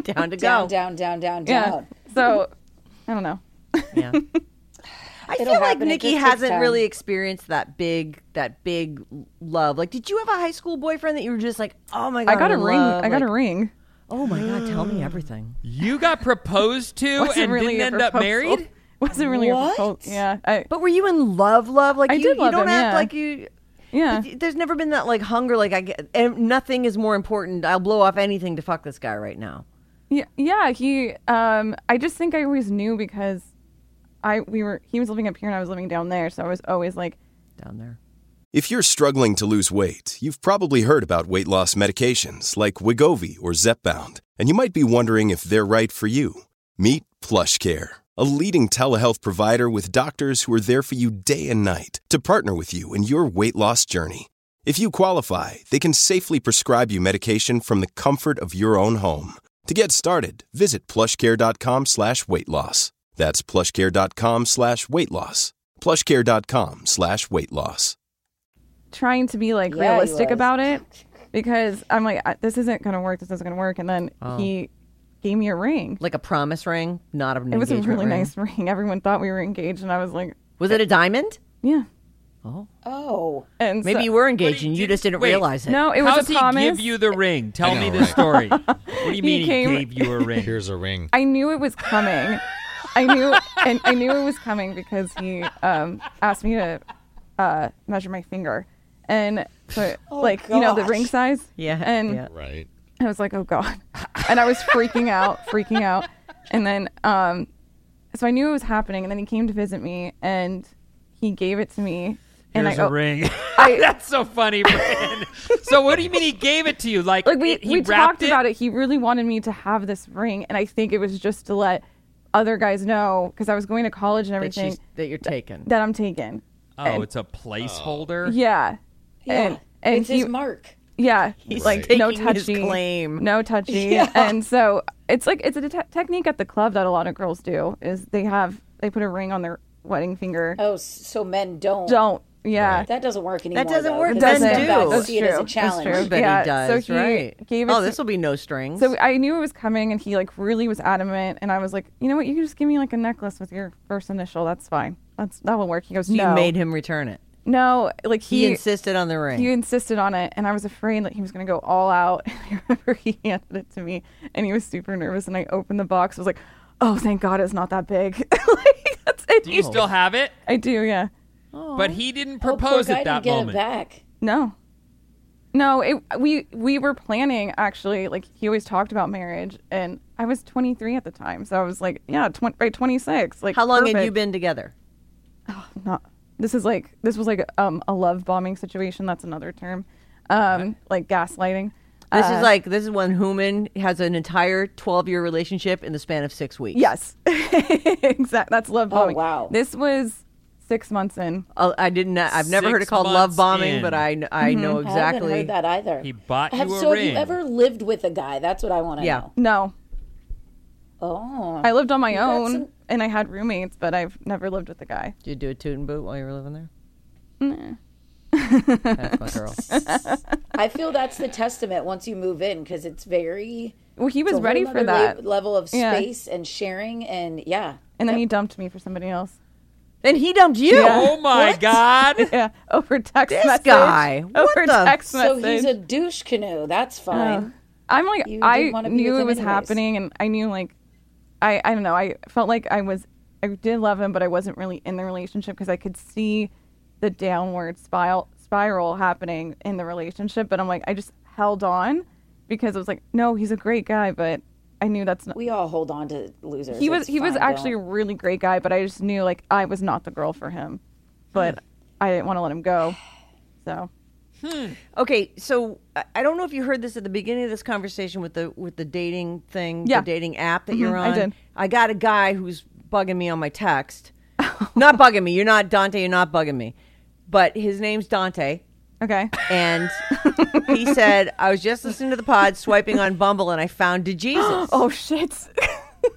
Speaker 5: down to
Speaker 6: down,
Speaker 5: go.
Speaker 6: down, down, down,
Speaker 9: Yeah.
Speaker 6: down.
Speaker 9: So, I don't know.
Speaker 5: Yeah. I
Speaker 6: It'll
Speaker 5: feel like
Speaker 6: happen. It
Speaker 5: Nikki
Speaker 6: just takes
Speaker 5: hasn't
Speaker 6: time.
Speaker 5: really experienced that big that big love. Like, did you have a high school boyfriend that you were just like, oh my god,
Speaker 9: I got a
Speaker 5: love.
Speaker 9: ring. I got
Speaker 5: like,
Speaker 9: a ring.
Speaker 5: Oh my god, tell me everything.
Speaker 7: you got proposed to
Speaker 9: Wasn't
Speaker 7: and
Speaker 9: really a
Speaker 7: didn't end up
Speaker 9: proposal.
Speaker 7: married.
Speaker 9: Wasn't really a proposal. Yeah. I,
Speaker 5: But were you in love, love? Like
Speaker 9: I
Speaker 5: you,
Speaker 9: did
Speaker 5: you
Speaker 9: love
Speaker 5: don't
Speaker 9: him,
Speaker 5: act
Speaker 9: yeah.
Speaker 5: like you.
Speaker 9: yeah.
Speaker 5: There's never been that like hunger. Like I get, and nothing is more important. I'll blow off anything to fuck this guy right now.
Speaker 9: Yeah, yeah, he um I just think I always knew because I we were he was living up here and I was living down there, so I was always like
Speaker 5: Down there.
Speaker 10: If you're struggling to lose weight, you've probably heard about weight loss medications like Wigovi or Zepbound, and you might be wondering if they're right for you. Meet PlushCare, a leading telehealth provider with doctors who are there for you day and night to partner with you in your weight loss journey. If you qualify, they can safely prescribe you medication from the comfort of your own home. To get started, visit plushcare.com slash weight loss. That's plushcare.com slash weight loss. plushcare.com slash weight loss.
Speaker 9: trying to be like
Speaker 6: Yeah, he
Speaker 9: realistic
Speaker 6: was.
Speaker 9: about it because I'm like I- this isn't going to work, this isn't going to work and then
Speaker 5: Oh.
Speaker 9: he gave me a ring.
Speaker 5: Like a promise ring, not an
Speaker 9: It was a
Speaker 5: engagement
Speaker 9: really
Speaker 5: ring.
Speaker 9: nice ring. Everyone thought we were engaged and I was like,
Speaker 5: Was it a diamond?
Speaker 9: yeah.
Speaker 6: Oh,
Speaker 9: And
Speaker 5: Maybe
Speaker 9: so-
Speaker 5: you were engaged and you
Speaker 7: didn't-
Speaker 5: just didn't
Speaker 7: wait.
Speaker 5: realize it.
Speaker 9: No, it was
Speaker 7: How's
Speaker 9: a
Speaker 7: he
Speaker 9: promise.
Speaker 7: give you the ring? Tell
Speaker 8: I
Speaker 7: me
Speaker 8: know,
Speaker 7: the
Speaker 8: right?
Speaker 7: story. what do you mean he,
Speaker 9: came-
Speaker 7: gave you a ring?
Speaker 8: Here's a ring.
Speaker 9: I knew it was coming. I knew and I knew it was coming because he um, asked me to uh, measure my finger. And so like you know the
Speaker 6: Oh, gosh.
Speaker 9: ring size.
Speaker 5: Yeah,
Speaker 9: And
Speaker 5: yeah.
Speaker 8: Right.
Speaker 9: I was like, oh god. And I was freaking out, freaking out. And then um, so I knew it was happening and then he came to visit me and he gave it to me. and I
Speaker 7: Here's a
Speaker 9: go,
Speaker 7: ring.
Speaker 9: I-
Speaker 7: That's so funny, Brian. so what do you mean he gave it to you? Like,
Speaker 9: like we,
Speaker 7: it- he
Speaker 9: we
Speaker 7: wrapped
Speaker 9: talked about it he really wanted me to have this ring and i think it was just to let other guys know because i was going to college and
Speaker 5: that,
Speaker 9: everything
Speaker 5: she's, that you're taken.
Speaker 9: that i'm taking
Speaker 7: Oh, it's a placeholder.
Speaker 9: Oh. yeah
Speaker 6: yeah.
Speaker 9: and, and
Speaker 6: it's
Speaker 9: he,
Speaker 6: his mark.
Speaker 9: yeah like
Speaker 5: taking
Speaker 9: no
Speaker 5: his
Speaker 9: touchy
Speaker 5: claim.
Speaker 9: no touchy and so it's like it's a te- technique at the club that a lot of girls do is they have they put a ring on their wedding finger
Speaker 6: Oh, s- so men don't.
Speaker 9: don't yeah
Speaker 6: That doesn't work anymore.
Speaker 5: doesn't
Speaker 6: though,
Speaker 5: work.
Speaker 6: 'cause
Speaker 5: Doesn't
Speaker 6: men
Speaker 5: do.
Speaker 6: back
Speaker 5: That's
Speaker 6: see it as
Speaker 9: true.
Speaker 6: a
Speaker 9: That's
Speaker 6: challenge.
Speaker 9: true.
Speaker 5: But
Speaker 9: yeah,
Speaker 5: he does,
Speaker 9: so he
Speaker 5: right?
Speaker 9: gave it
Speaker 5: oh,
Speaker 9: to-
Speaker 5: this will be no strings.
Speaker 9: So I knew it was coming, and he like really was adamant, and I was like, you know what, you can just give me like a necklace with your first initial. That's fine. That's that will work. He goes,
Speaker 5: you
Speaker 9: no,
Speaker 5: made him return it.
Speaker 9: no, like
Speaker 5: He,
Speaker 9: he
Speaker 5: insisted on the ring.
Speaker 9: he insisted on it, and I was afraid that he was gonna go all out. I remember he handed it to me, and he was super nervous, and I opened the box. I was like, oh, thank God, it's not that big. like, that's it.
Speaker 7: Do you still have it?
Speaker 9: I do, yeah.
Speaker 7: But he didn't
Speaker 6: Oh, poor
Speaker 7: propose
Speaker 6: guy
Speaker 7: at
Speaker 6: didn't
Speaker 7: that
Speaker 6: get
Speaker 7: moment.
Speaker 6: It back.
Speaker 9: No. No, it, we we were planning actually. Like he always talked about marriage, and I was 23 at the time, so I was like, yeah, tw- by 26. Like,
Speaker 5: How long had
Speaker 9: perfect.
Speaker 5: you been together?
Speaker 9: Not. This is like this was like um a love bombing situation. That's another term, um like gaslighting.
Speaker 5: This
Speaker 9: Uh,
Speaker 5: is like this is when Human has an entire twelve year relationship in the span of six weeks.
Speaker 9: Yes, exactly. That's love bombing.
Speaker 6: Oh, wow.
Speaker 9: This was six months in.
Speaker 5: Uh, I didn't. I've never heard it
Speaker 7: Six
Speaker 5: called love
Speaker 7: months
Speaker 5: bombing,
Speaker 7: in.
Speaker 5: but I kn-
Speaker 9: Mm-hmm.
Speaker 5: I know
Speaker 6: I
Speaker 5: exactly.
Speaker 6: haven't heard that either.
Speaker 7: He bought
Speaker 6: Have,
Speaker 7: you a
Speaker 6: so have
Speaker 7: ring.
Speaker 6: you ever lived with a guy? That's what I want to
Speaker 5: Yeah.
Speaker 6: know.
Speaker 9: No,
Speaker 6: Oh,
Speaker 9: I lived on my
Speaker 6: got
Speaker 9: own,
Speaker 6: some-
Speaker 9: and I had roommates, but I've never lived with a guy.
Speaker 5: Did you do a toot and boot while you were living there? That's my girl.
Speaker 6: I feel that's the testament once you move in because it's very.
Speaker 9: Well, he was
Speaker 6: it's a
Speaker 9: ready
Speaker 6: whole
Speaker 9: for
Speaker 6: nother
Speaker 9: that,
Speaker 6: le- level of
Speaker 9: Yeah.
Speaker 6: space and sharing and yeah.
Speaker 9: and then he dumped me for somebody else.
Speaker 5: And he dumped you.
Speaker 7: Oh my God.
Speaker 9: Yeah, over text
Speaker 5: This
Speaker 9: message.
Speaker 5: guy.
Speaker 9: Over
Speaker 5: What the-
Speaker 9: text
Speaker 6: So he's
Speaker 9: message.
Speaker 6: a douche canoe. That's fine.
Speaker 9: I'm like
Speaker 6: Oh. You
Speaker 9: I
Speaker 6: didn't wanna be
Speaker 9: knew
Speaker 6: with
Speaker 9: it
Speaker 6: him
Speaker 9: was
Speaker 6: anyways.
Speaker 9: happening, and I knew like I I don't know. I felt like I was I did love him, but I wasn't really in the relationship because I could see the downward spiral spiral happening in the relationship. But I'm like I just held on because I was like, no, he's a great guy, but I knew that's not.
Speaker 6: we all hold on to losers.
Speaker 9: He was
Speaker 6: It's
Speaker 9: he was
Speaker 6: fine,
Speaker 9: actually
Speaker 6: don't.
Speaker 9: a really great guy, but I just knew like I was not the girl for him. But I didn't want to let him go, so.
Speaker 5: Okay, so I- I don't know if you heard this at the beginning of this conversation with the with the dating thing,
Speaker 9: Yeah. Mm-hmm,
Speaker 5: the dating app that you're
Speaker 9: I
Speaker 5: on.
Speaker 9: did.
Speaker 5: I got a guy who's bugging me on my text. not bugging me. You're not Dante. You're not bugging me. But his name's Dante,
Speaker 9: Okay.
Speaker 5: and he said I was just listening to the pod, swiping on Bumble, and I found DeJesus.
Speaker 9: Oh shit!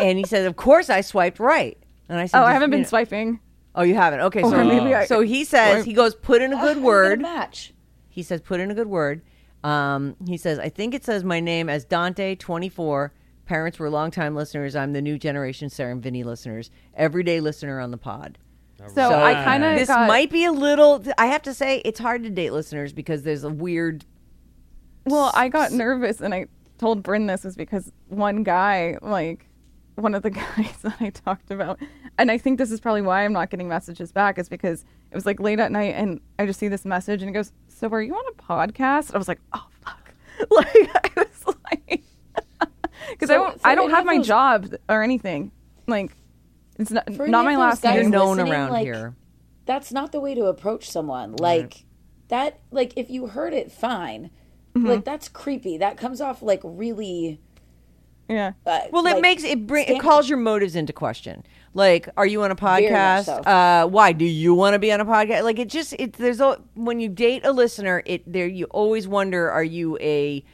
Speaker 5: And he said, "Of course, I swiped right." And I said,
Speaker 9: Oh, I
Speaker 5: "Just,
Speaker 9: haven't
Speaker 5: you
Speaker 9: been
Speaker 5: know-
Speaker 9: swiping.
Speaker 5: Oh, you haven't. Okay, so
Speaker 9: Or maybe I-
Speaker 5: so he says
Speaker 9: or-
Speaker 5: he goes put in a good
Speaker 6: Good
Speaker 5: word.
Speaker 6: match.
Speaker 5: He says, put in a good word. Um, he says, I think it says my name as Dante, 24. Parents were longtime listeners. I'm the new generation Sarah and Vinny listeners, everyday listener on the pod.
Speaker 9: So Oh, I kind of
Speaker 5: This might be a little, I have to say, it's hard to date listeners because there's a weird.
Speaker 9: Well, I got nervous and I told Bryn this was because one guy, like one of the guys that I talked about, and I think this is probably why I'm not getting messages back is because it was like late at night and I just see this message and it goes, "So are you on a podcast?" And I was like, "Oh fuck!" Like I was like, because I
Speaker 6: So-
Speaker 9: don't,
Speaker 6: so
Speaker 9: I don't
Speaker 6: any
Speaker 9: have
Speaker 6: of
Speaker 9: my
Speaker 6: those-
Speaker 9: job or anything. Like it's not,
Speaker 6: For any
Speaker 9: not
Speaker 6: of
Speaker 9: my
Speaker 6: those
Speaker 9: last
Speaker 6: guys
Speaker 5: You're
Speaker 9: name.
Speaker 5: known
Speaker 6: listening,
Speaker 5: around
Speaker 6: like-
Speaker 5: here.
Speaker 6: That's not the way to approach someone. Like that. Like if you heard it, fine.
Speaker 9: Mm-hmm.
Speaker 6: Like that's creepy. That comes off like really.
Speaker 9: Yeah.
Speaker 6: Uh,
Speaker 5: Well, it
Speaker 6: like,
Speaker 5: makes it bring it
Speaker 6: stand-
Speaker 5: calls your motives into question. Like, are you on a
Speaker 6: Very
Speaker 5: podcast?
Speaker 6: much so.
Speaker 5: Uh, why do you want to be on a podcast? Like, it just it there's a, when you date a listener, it there you always wonder: are you a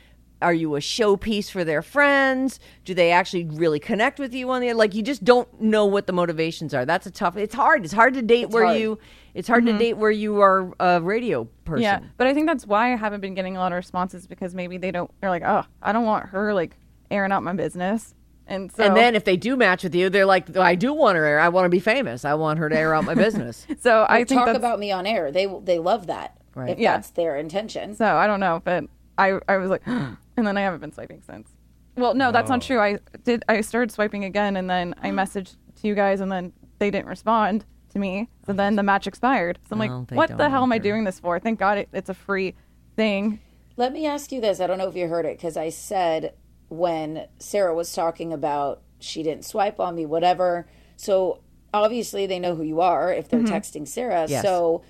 Speaker 5: are you a showpiece for their friends? Do they actually really connect with you on the like? You just don't know what the motivations are. That's a tough. It's hard. It's hard to date where
Speaker 6: hard. Mm-hmm.
Speaker 5: you. It's hard to date where you are a radio person.
Speaker 9: Yeah, but I think that's why I haven't been getting a lot of responses because maybe they don't. They're like, oh, I don't want her like airing out my business, and so
Speaker 5: And then if they do match with you, they're like, I do want her to air. I want to be famous. I want her to air out my business.
Speaker 9: so I
Speaker 6: Like,
Speaker 9: think
Speaker 6: talk
Speaker 9: that's
Speaker 6: about me on air. They they love that.
Speaker 5: Right.
Speaker 6: If
Speaker 9: Yeah.
Speaker 6: that's their intention.
Speaker 9: so I don't know, but I I was like, and then I haven't been swiping since. Well, no, that's not
Speaker 5: Oh.
Speaker 9: true. I did. I started swiping again, and then I messaged to you guys, and then they didn't respond to me. So then the match expired. So I'm
Speaker 5: Well,
Speaker 9: like,
Speaker 5: they
Speaker 9: what the
Speaker 5: don't
Speaker 9: hell am I
Speaker 5: either.
Speaker 9: doing this for? Thank God it, it's a free thing.
Speaker 6: Let me ask you this. I don't know if you heard it because I said when Sarah was talking about she didn't swipe on me, whatever. So obviously they know who you are if they're
Speaker 9: Mm-hmm.
Speaker 6: texting Sarah.
Speaker 5: Yes.
Speaker 6: So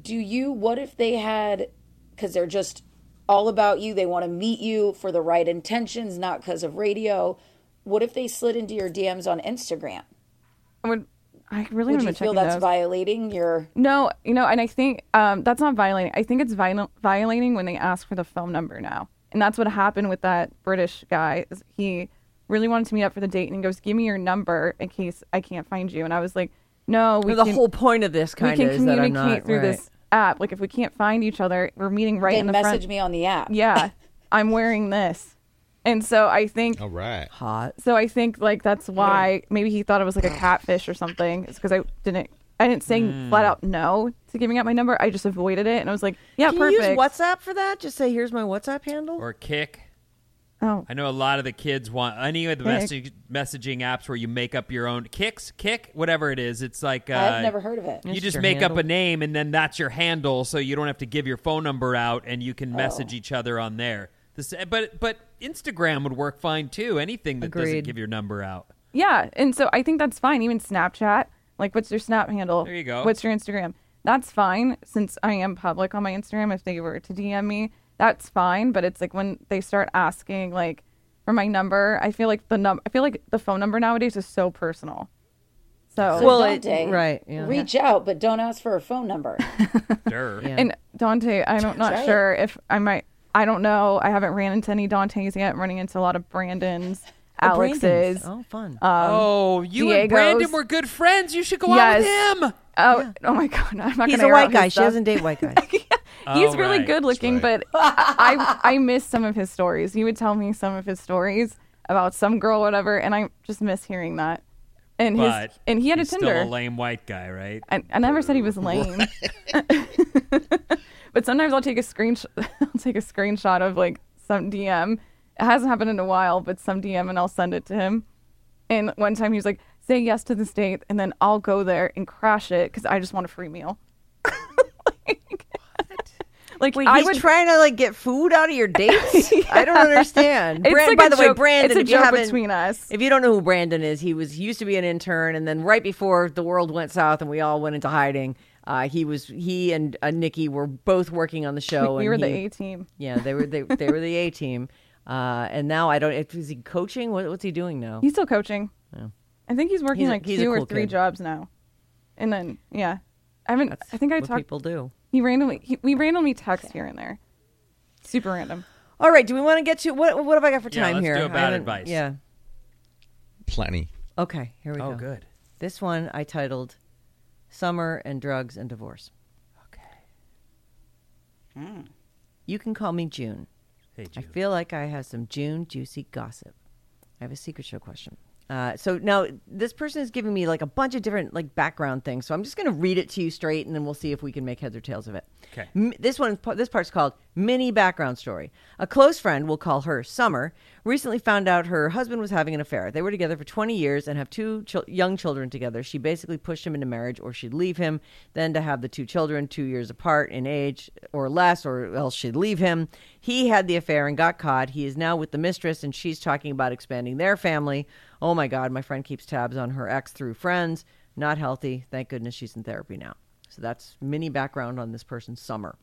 Speaker 6: do you, what if they had, because they're just all about you, they want to meet you for the right intentions, not because of radio. What if they slid into your DMs on Instagram?
Speaker 9: I would. I really
Speaker 6: Would
Speaker 9: want
Speaker 6: you
Speaker 9: to check
Speaker 6: feel that's
Speaker 9: those.
Speaker 6: violating your?
Speaker 9: No, you know, and I think um, that's not violating. I think it's viol- violating when they ask for the phone number now, and that's what happened with that British guy. is He really wanted to meet up for the date, and he goes, "Give me your number in case I can't find you." And I was like, "No, we
Speaker 5: the
Speaker 9: can,
Speaker 5: whole point of this
Speaker 9: we
Speaker 5: kind
Speaker 9: can
Speaker 5: of is that I'm
Speaker 9: communicate
Speaker 5: not
Speaker 9: through
Speaker 5: right.
Speaker 9: this app. Like, if we can't find each other, we're meeting right
Speaker 6: They
Speaker 9: in the
Speaker 6: message
Speaker 9: front.
Speaker 6: me on the app.
Speaker 9: Yeah, I'm wearing this, and so I think
Speaker 8: All right.
Speaker 5: hot.
Speaker 9: so I think like that's why maybe he thought it was like a catfish or something. It's because I didn't I didn't say
Speaker 5: Hmm.
Speaker 9: flat out no to giving out my number. I just avoided it and I was like, yeah,
Speaker 5: Can
Speaker 9: perfect.
Speaker 5: you use WhatsApp for that? Just say here's my WhatsApp handle.
Speaker 7: Or kick.
Speaker 9: oh,
Speaker 7: I know a lot of the kids want any of the
Speaker 9: Kick.
Speaker 7: message, messaging apps where you make up your own kicks, kick, whatever it is. It's like uh,
Speaker 6: I've never heard of it.
Speaker 7: You
Speaker 5: It's
Speaker 7: just
Speaker 5: your
Speaker 7: make up
Speaker 5: handle.
Speaker 7: a name and then that's your handle, so you don't have to give your phone number out, and you can message each other on there. This, but but Instagram would work fine too. Anything that doesn't
Speaker 5: Agreed.
Speaker 7: give your number out.
Speaker 9: yeah, and so I think that's fine. Even Snapchat, like, what's your Snap handle?
Speaker 7: There you go.
Speaker 9: What's your Instagram? That's fine since I am public on my Instagram. If they were to DM me, that's fine. But it's like when they start asking like for my number, I feel like the num I feel like the phone number nowadays is so personal. So
Speaker 6: So
Speaker 5: Well, it-
Speaker 6: Dante,
Speaker 5: right, yeah.
Speaker 6: reach out, but don't ask for a phone number.
Speaker 7: Durr.
Speaker 9: And Dante, I'm not- not
Speaker 6: right.
Speaker 9: sure if I might. I don't know. I haven't ran into any Dantes yet. I'm running into a lot of Brandons, Alexes. um,
Speaker 5: Brandon's. Oh, fun.
Speaker 9: uh,
Speaker 7: oh, you and
Speaker 9: Diego's-
Speaker 7: Brandon were good friends. You should go out with him.
Speaker 9: Oh, oh my God! I'm not.
Speaker 5: He's
Speaker 9: gonna
Speaker 5: a
Speaker 9: air
Speaker 5: white
Speaker 9: out his
Speaker 5: guy. She
Speaker 9: stuff.
Speaker 5: doesn't date white guys.
Speaker 9: He's
Speaker 7: All
Speaker 9: really
Speaker 7: right.
Speaker 9: good looking, but I I miss some of his stories. He would tell me some of his stories about some girl, whatever, and I just miss hearing that. And his
Speaker 7: but
Speaker 9: and he had
Speaker 7: he's
Speaker 9: a Tinder.
Speaker 7: Still a lame white guy, right?
Speaker 9: I, I never said he was lame. but sometimes I'll take a screen I'll take a screenshot of like some DM. It hasn't happened in a while, but some DM and I'll send it to him. And one time he was like, "Say yes to this date, and then I'll go there and crash it because I just want a free meal." like,
Speaker 5: Wait,
Speaker 9: I
Speaker 5: he's
Speaker 9: would
Speaker 5: trying to like get food out of your dates. I don't understand.
Speaker 9: It's
Speaker 5: Brand-
Speaker 9: like
Speaker 5: by
Speaker 9: a
Speaker 5: the way,
Speaker 9: joke-
Speaker 5: Brandon,
Speaker 9: it's a
Speaker 5: if you
Speaker 9: joke
Speaker 5: haven't-
Speaker 9: between us.
Speaker 5: If you don't know who Brandon is, he was he used to be an intern, and then right before the world went south and we all went into hiding, uh, he was he and uh, Nikki were both working on the show.
Speaker 9: We
Speaker 5: and
Speaker 9: were the
Speaker 5: he-
Speaker 9: A team.
Speaker 5: Yeah, they were they, they were the A team. Uh, and now I don't. Is he coaching? What, what's he doing now?
Speaker 9: He's still coaching. I think he's working
Speaker 5: He's a-
Speaker 9: like
Speaker 5: he's a
Speaker 9: two
Speaker 5: cool
Speaker 9: or three
Speaker 5: kid.
Speaker 9: jobs now. And then yeah, I haven't. I think I
Speaker 5: what
Speaker 9: talked.
Speaker 5: people do.
Speaker 9: He randomly. He, we randomly text here and there. Super random.
Speaker 5: All right. Do we want to get to what? What have I got for
Speaker 7: Yeah,
Speaker 5: time
Speaker 7: let's
Speaker 5: here?
Speaker 7: do a
Speaker 5: I
Speaker 7: bad
Speaker 5: haven't-
Speaker 7: advice.
Speaker 5: Yeah.
Speaker 8: Plenty.
Speaker 5: Okay. Here we
Speaker 7: Oh,
Speaker 5: go.
Speaker 7: good.
Speaker 5: This one I titled Summer and Drugs and Divorce. Okay. You can call me June.
Speaker 7: Hey,
Speaker 5: I feel like I have some June juicy gossip. I have a secret show question. Uh, so now this person is giving me like a bunch of different like background things. So I'm just going to read it to you straight, and then we'll see if we can make heads or tails of it.
Speaker 7: Okay.
Speaker 5: M- this one, this part's called mini background story. A close friend, we'll call her Summer, recently found out her husband was having an affair. They were together for 20 years and have two chil- young children together. She basically pushed him into marriage, or she'd leave him. Then to have the two children two years apart in age or less, or else she'd leave him. He had the affair and got caught. He is now with the mistress, and she's talking about expanding their family. Oh my God, my friend keeps tabs on her ex through friends. Not healthy. Thank goodness she's in therapy now. So that's mini background on this person's summer.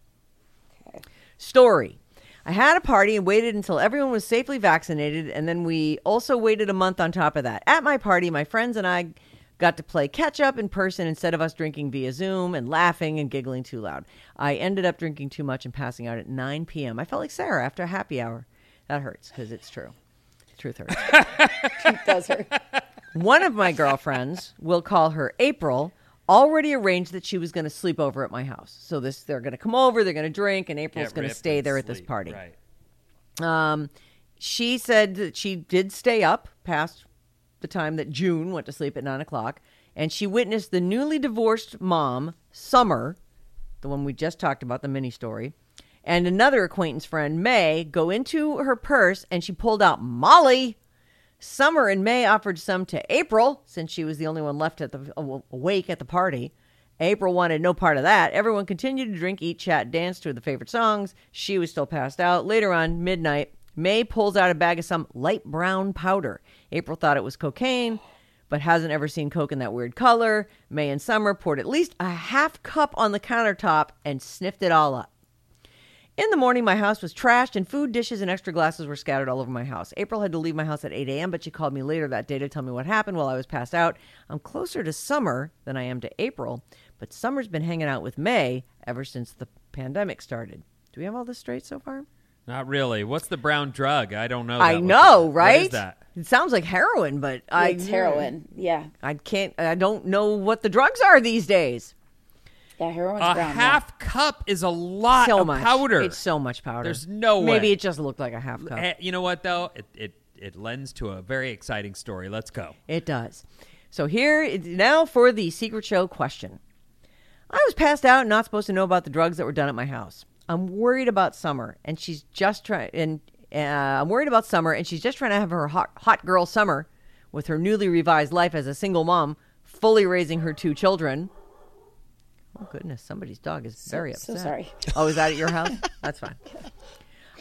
Speaker 5: Story. I had a party and waited until everyone was safely vaccinated, and then we also waited a month on top of that. At my party, my friends and I got to play catch up in person instead of us drinking via Zoom and laughing and giggling too loud. I ended up drinking too much and passing out at 9 p.m. I felt like Sarah after a happy hour. That hurts because it's true. Truth hurts.
Speaker 6: does her.
Speaker 5: One of my girlfriends, we'll call her April, already arranged that she was going to sleep over at my house. So this, they're going to come over, they're going to drink, and April's
Speaker 7: Get
Speaker 5: going to
Speaker 7: ripped
Speaker 5: stay
Speaker 7: and
Speaker 5: there at this
Speaker 7: sleep,
Speaker 5: party.
Speaker 7: Right.
Speaker 5: Um, she said that she did stay up past the time that June went to sleep at nine o'clock, and she witnessed the newly divorced mom, Summer, the one we just talked about, the mini story, and another acquaintance friend, May, go into her purse and she pulled out Molly. Summer and May offered some to April since she was the only one left at the aw- awake at the party. April wanted no part of that. Everyone continued to drink, eat, chat, dance to the favorite songs. She was still passed out. Later on, midnight, May pulls out a bag of some light brown powder. April thought it was cocaine, but hasn't ever seen coke in that weird color. May and Summer poured at least a half cup on the countertop and sniffed it all up. In the morning, my house was trashed and food, dishes, and extra glasses were scattered all over my house. April had to leave my house at 8 a.m., but she called me later that day to tell me what happened while I was passed out. I'm closer to summer than I am to April, but summer's been hanging out with May ever since the pandemic started. Do we have all this straight so far?
Speaker 7: Not really. What's the brown drug? I don't know.
Speaker 5: I
Speaker 7: Oh, that. What-
Speaker 5: know, right?
Speaker 7: What is that?
Speaker 5: It sounds like heroin, but I
Speaker 6: It's heroin. Yeah.
Speaker 5: I can't. I don't know what the drugs are these days.
Speaker 6: Yeah, heroin's
Speaker 7: A
Speaker 6: brown. yeah.
Speaker 7: half cup is a lot
Speaker 5: so
Speaker 7: of
Speaker 5: much
Speaker 7: powder.
Speaker 5: It's so much powder.
Speaker 7: There's no
Speaker 5: Maybe
Speaker 7: way.
Speaker 5: it just looked like a half cup.
Speaker 7: Eh, you know what though? It it it lends to a very exciting story. Let's go.
Speaker 5: It does. So here it- now for the secret show question. I was passed out and not supposed to know about the drugs that were done at my house. I'm worried about Summer, and she's just trying. And uh, I'm worried about Summer, and she's just trying to have her hot, hot girl Summer, with her newly revised life as a single mom, fully raising her two children. Oh goodness, somebody's dog is very
Speaker 6: so
Speaker 5: upset.
Speaker 6: sorry.
Speaker 5: Oh, is that at your house? That's fine.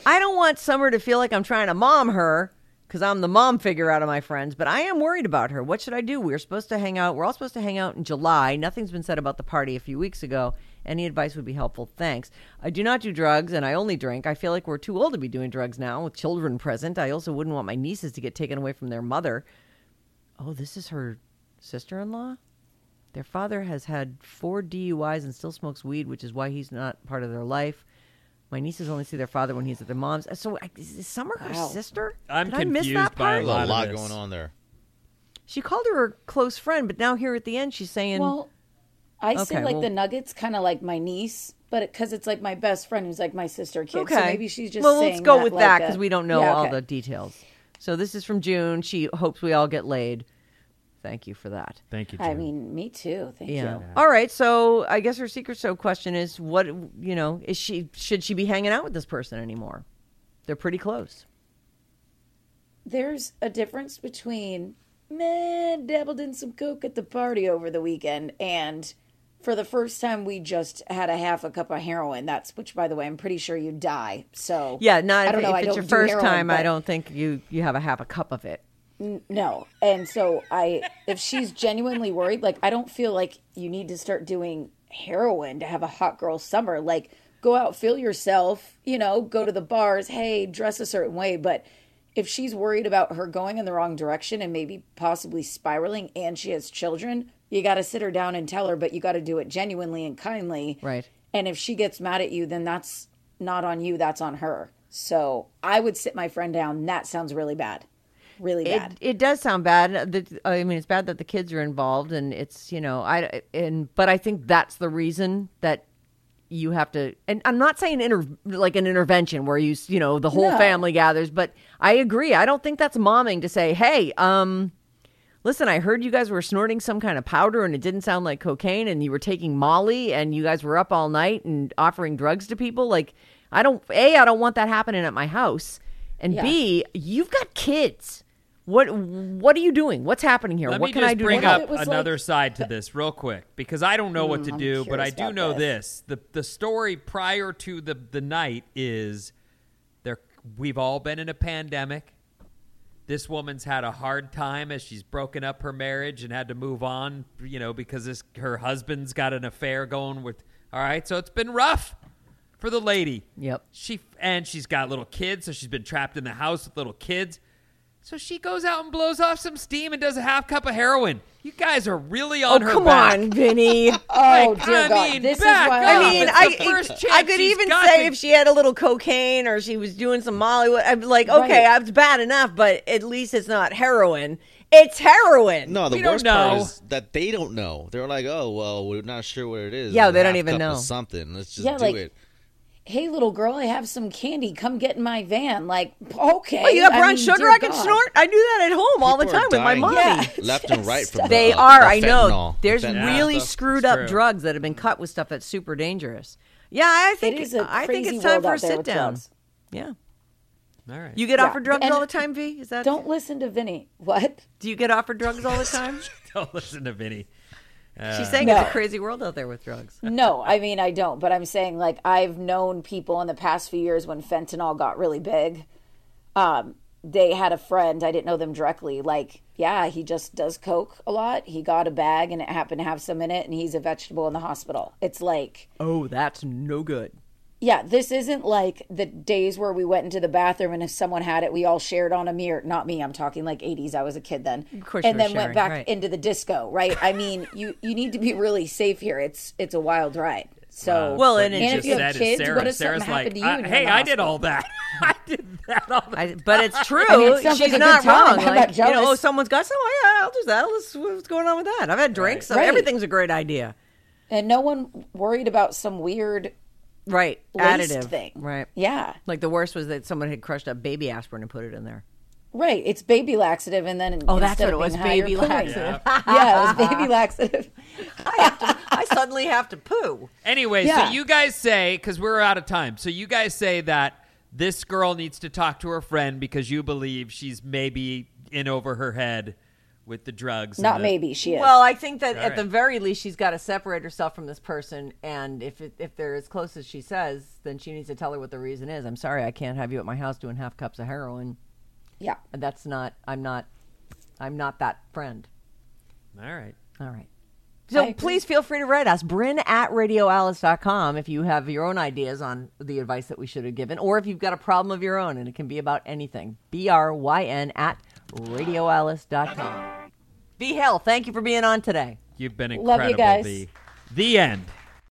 Speaker 5: I don't want Summer to feel like I'm trying to mom her because I'm the mom figure out of my friends, but I am worried about her. What should I do? We're supposed to hang out. We're all supposed to hang out in July. Nothing's been said about the party a few weeks ago. Any advice would be helpful. Thanks. I do not do drugs and I only drink. I feel like we're too old to be doing drugs now with children present. I also wouldn't want my nieces to get taken away from their mother. Oh, this is her sister in law? Their father has had four DUIs and still smokes weed, which is why he's not part of their life. My nieces only see their father when he's at their mom's. So I- is Summer her sister?
Speaker 7: I'm
Speaker 5: Did I miss that
Speaker 7: confused by
Speaker 5: part?
Speaker 7: a
Speaker 8: There's a
Speaker 7: lot,
Speaker 8: lot
Speaker 7: of this.
Speaker 8: going on there.
Speaker 5: She called her her close friend, but now here at the end she's saying,
Speaker 6: Well, I
Speaker 5: Okay,
Speaker 6: say like
Speaker 5: well-
Speaker 6: the Nuggets, kind of like my niece, but because it's like my best friend who's like my sister kid. So
Speaker 5: "Okay,
Speaker 6: maybe she's just
Speaker 5: well, let's
Speaker 6: saying
Speaker 5: go
Speaker 6: that,
Speaker 5: with
Speaker 6: like
Speaker 5: that uh,
Speaker 6: a-
Speaker 5: because we don't know
Speaker 6: Yeah,
Speaker 5: all
Speaker 6: okay.
Speaker 5: the details." So this is from June. She hopes we all get laid. Thank you for that.
Speaker 7: Thank you.
Speaker 6: I
Speaker 7: Jen.
Speaker 6: mean, me too. Thank
Speaker 5: Yeah.
Speaker 6: you.
Speaker 5: All right. So I guess her secret show question is what you know is she should she be hanging out with this person anymore? They're pretty close.
Speaker 6: There's a difference between meh, dabbled in some coke at the party over the weekend and for the first time we just had a half a cup of heroin. That's which by the way, I'm pretty sure you die. So
Speaker 5: Yeah. Not
Speaker 6: I don't
Speaker 5: if,
Speaker 6: know, I
Speaker 5: if it's your
Speaker 6: don't do
Speaker 5: first
Speaker 6: heroin,
Speaker 5: time. I
Speaker 6: but-
Speaker 5: don't think you you have a half a cup of it.
Speaker 6: No. And so I if she's genuinely worried, like I don't feel like you need to start doing heroin to have a hot girl summer. Like go out, feel yourself, you know, go to the bars, hey, dress a certain way, but if she's worried about her going in the wrong direction and maybe possibly spiraling and she has children, you got to sit her down and tell her, but you got to do it genuinely and kindly.
Speaker 5: Right.
Speaker 6: And if she gets mad at you, then that's not on you, that's on her. So I would sit my friend down. That sounds really bad. Really bad.
Speaker 5: It, it does sound bad. The- I mean, it's bad that the kids are involved, and it's you know, I and but I think that's the reason that you have to. And I'm not saying inter, like an intervention where you s- you know the whole
Speaker 6: No.
Speaker 5: family gathers, but I agree. I don't think that's momming to say, hey, um. Listen, I heard you guys were snorting some kind of powder and it didn't sound like cocaine and you were taking Molly and you guys were up all night and offering drugs to people. Like, I don't, A, I don't want that happening at my house. And B, you've got kids. What what are you doing? What's happening here?
Speaker 7: Let
Speaker 5: what
Speaker 7: me
Speaker 5: can
Speaker 7: just
Speaker 5: I do?
Speaker 7: bring
Speaker 5: to help?
Speaker 7: up
Speaker 6: was like-
Speaker 7: another side to this real quick because I don't know what
Speaker 5: Hmm,
Speaker 7: to do, but I
Speaker 6: curious
Speaker 7: do
Speaker 6: about
Speaker 7: know this. The the story prior to the the night is there we've all been in a pandemic. This woman's had a hard time as she's broken up her marriage and had to move on, you know, because this her husband's got an affair going with All right, so it's been rough for the lady.
Speaker 5: Yep.
Speaker 7: She and she's got little kids, so she's been trapped in the house with little kids. So she goes out and blows off some steam and does a half cup of heroin. You guys are really on
Speaker 5: Oh,
Speaker 7: her
Speaker 5: come
Speaker 7: back.
Speaker 5: on, Vinny.
Speaker 6: Oh
Speaker 7: Like,
Speaker 6: dear
Speaker 7: I
Speaker 6: God!
Speaker 7: mean,
Speaker 6: this
Speaker 7: back
Speaker 6: is why
Speaker 7: up.
Speaker 5: I mean,
Speaker 7: It's
Speaker 5: I, e
Speaker 7: the first
Speaker 5: I-
Speaker 7: chance
Speaker 5: I could
Speaker 7: she's
Speaker 5: even
Speaker 7: got
Speaker 5: say
Speaker 7: to-
Speaker 5: if she had a little cocaine or she was doing some Molly, I'm like, okay,
Speaker 6: Right.
Speaker 5: I was bad enough, but at least it's not heroin. It's heroin.
Speaker 8: No, the
Speaker 7: We don't
Speaker 8: worst part
Speaker 5: Oh.
Speaker 7: know.
Speaker 8: is that they don't know. They're like, oh well, we're not sure what it is.
Speaker 5: Yeah,
Speaker 8: A
Speaker 5: they don't
Speaker 8: half
Speaker 5: even
Speaker 8: cup of
Speaker 5: know.
Speaker 8: something. Let's just
Speaker 6: Yeah,
Speaker 8: do
Speaker 6: like,
Speaker 8: it.
Speaker 6: hey, little girl, I have some candy. Come get in my van. Like, okay.
Speaker 5: Oh, you got
Speaker 6: I
Speaker 5: brown
Speaker 6: mean,
Speaker 5: sugar
Speaker 6: dear
Speaker 5: I can
Speaker 6: God.
Speaker 5: snort? I do that at home all the
Speaker 8: People are
Speaker 5: time with my
Speaker 8: dying
Speaker 5: mommy.
Speaker 6: Yeah.
Speaker 8: left and right from
Speaker 5: They
Speaker 8: the, uh,
Speaker 5: are,
Speaker 8: the
Speaker 5: I know.
Speaker 8: fentanyl, the
Speaker 5: There's
Speaker 8: fentanyl
Speaker 5: really
Speaker 8: stuff.
Speaker 5: screwed
Speaker 7: It's
Speaker 5: up
Speaker 7: true.
Speaker 5: drugs that have been cut with stuff that's super dangerous. Yeah, I think
Speaker 6: It is a
Speaker 5: I think
Speaker 6: crazy
Speaker 5: it's time
Speaker 6: world
Speaker 5: for a
Speaker 6: out there
Speaker 5: sit
Speaker 6: with
Speaker 5: down.
Speaker 6: drugs.
Speaker 5: Yeah.
Speaker 7: All right.
Speaker 5: You get
Speaker 6: Yeah.
Speaker 5: offered drugs
Speaker 6: And-
Speaker 5: all the time, V? Is that
Speaker 6: Don't listen to Vinny. What?
Speaker 5: do you get offered drugs all the time?
Speaker 7: don't listen to Vinny.
Speaker 5: She's saying
Speaker 6: No.
Speaker 5: it's a crazy world out there with drugs.
Speaker 6: No, I mean I don't. But I'm saying like I've known people in the past few years when fentanyl got really big. Um, they had a friend. I didn't know them directly. Like, yeah, he just does coke a lot. He got a bag and it happened to have some in it, and he's a vegetable in the hospital. It's like
Speaker 5: Oh, that's no good.
Speaker 6: Yeah, this isn't like the days where we went into the bathroom and if someone had it, we all shared on a mirror. Not me, I'm talking like 80s. I was a kid then. Of
Speaker 5: course you
Speaker 6: and
Speaker 5: were
Speaker 6: then
Speaker 5: sharing,
Speaker 6: went back
Speaker 5: right.
Speaker 6: into the disco, right? I mean, you you need to be really safe here. It's it's a wild ride. So
Speaker 5: Well, and
Speaker 7: What
Speaker 5: it
Speaker 7: you
Speaker 5: just
Speaker 6: if you have
Speaker 7: said is
Speaker 6: kids,
Speaker 7: Sarah.
Speaker 6: what if
Speaker 7: Sarah's
Speaker 6: something happened to
Speaker 7: like,
Speaker 6: you?
Speaker 7: I-
Speaker 6: and you're in
Speaker 7: hey,
Speaker 6: the
Speaker 7: I did
Speaker 6: hospital?
Speaker 7: all that. I did that all the
Speaker 5: I, but it's true.
Speaker 6: mean, it sounds
Speaker 5: She's
Speaker 6: like a
Speaker 5: not
Speaker 6: good time.
Speaker 5: wrong.
Speaker 6: I'm
Speaker 5: Like,
Speaker 6: not
Speaker 5: you know,
Speaker 6: jealous.
Speaker 5: oh, someone's got some. Oh, yeah, I'll do that. Let's, what's going on with that? I've had drinks. So
Speaker 6: Right.
Speaker 5: Everything's a great idea.
Speaker 6: And no one worried about some weird
Speaker 5: Right.
Speaker 6: waste
Speaker 5: Additive.
Speaker 6: thing.
Speaker 5: Right.
Speaker 6: Yeah.
Speaker 5: Like the worst was that someone had crushed up baby aspirin and put it in there.
Speaker 6: Right. It's baby laxative and then
Speaker 5: Oh, that's
Speaker 6: instead
Speaker 5: what it was,
Speaker 6: of being high, you're
Speaker 5: baby
Speaker 6: pooing.
Speaker 5: laxative.
Speaker 6: yeah, it was baby laxative.
Speaker 5: I, have to, I suddenly have to poo.
Speaker 7: Anyway,
Speaker 6: Yeah.
Speaker 7: so you guys say because we're out of time. So you guys say that this girl needs to talk to her friend because you believe she's maybe in over her head with the drugs. and
Speaker 6: Not
Speaker 7: the-
Speaker 6: maybe she is.
Speaker 5: Well, I think that at
Speaker 7: right.
Speaker 5: the very least, she's got to separate herself from this person. And if it, if they're as close as she says, then she needs to tell her what the reason is. I'm sorry, I can't have you at my house doing half cups of heroin.
Speaker 6: yeah.
Speaker 5: That's not. I'm not. I'm not that friend.
Speaker 7: All right.
Speaker 5: All right.
Speaker 6: I
Speaker 5: So
Speaker 6: agree.
Speaker 5: please feel free to write us, Bryn at radioalice.com, if you have your own ideas on the advice that we should have given, or if you've got a problem of your own, and it can be about anything. B R Y N at radioalice.com. V Hill, thank you for being on today.
Speaker 7: You've been
Speaker 6: Love
Speaker 7: incredible.
Speaker 6: you guys.
Speaker 7: The, the end.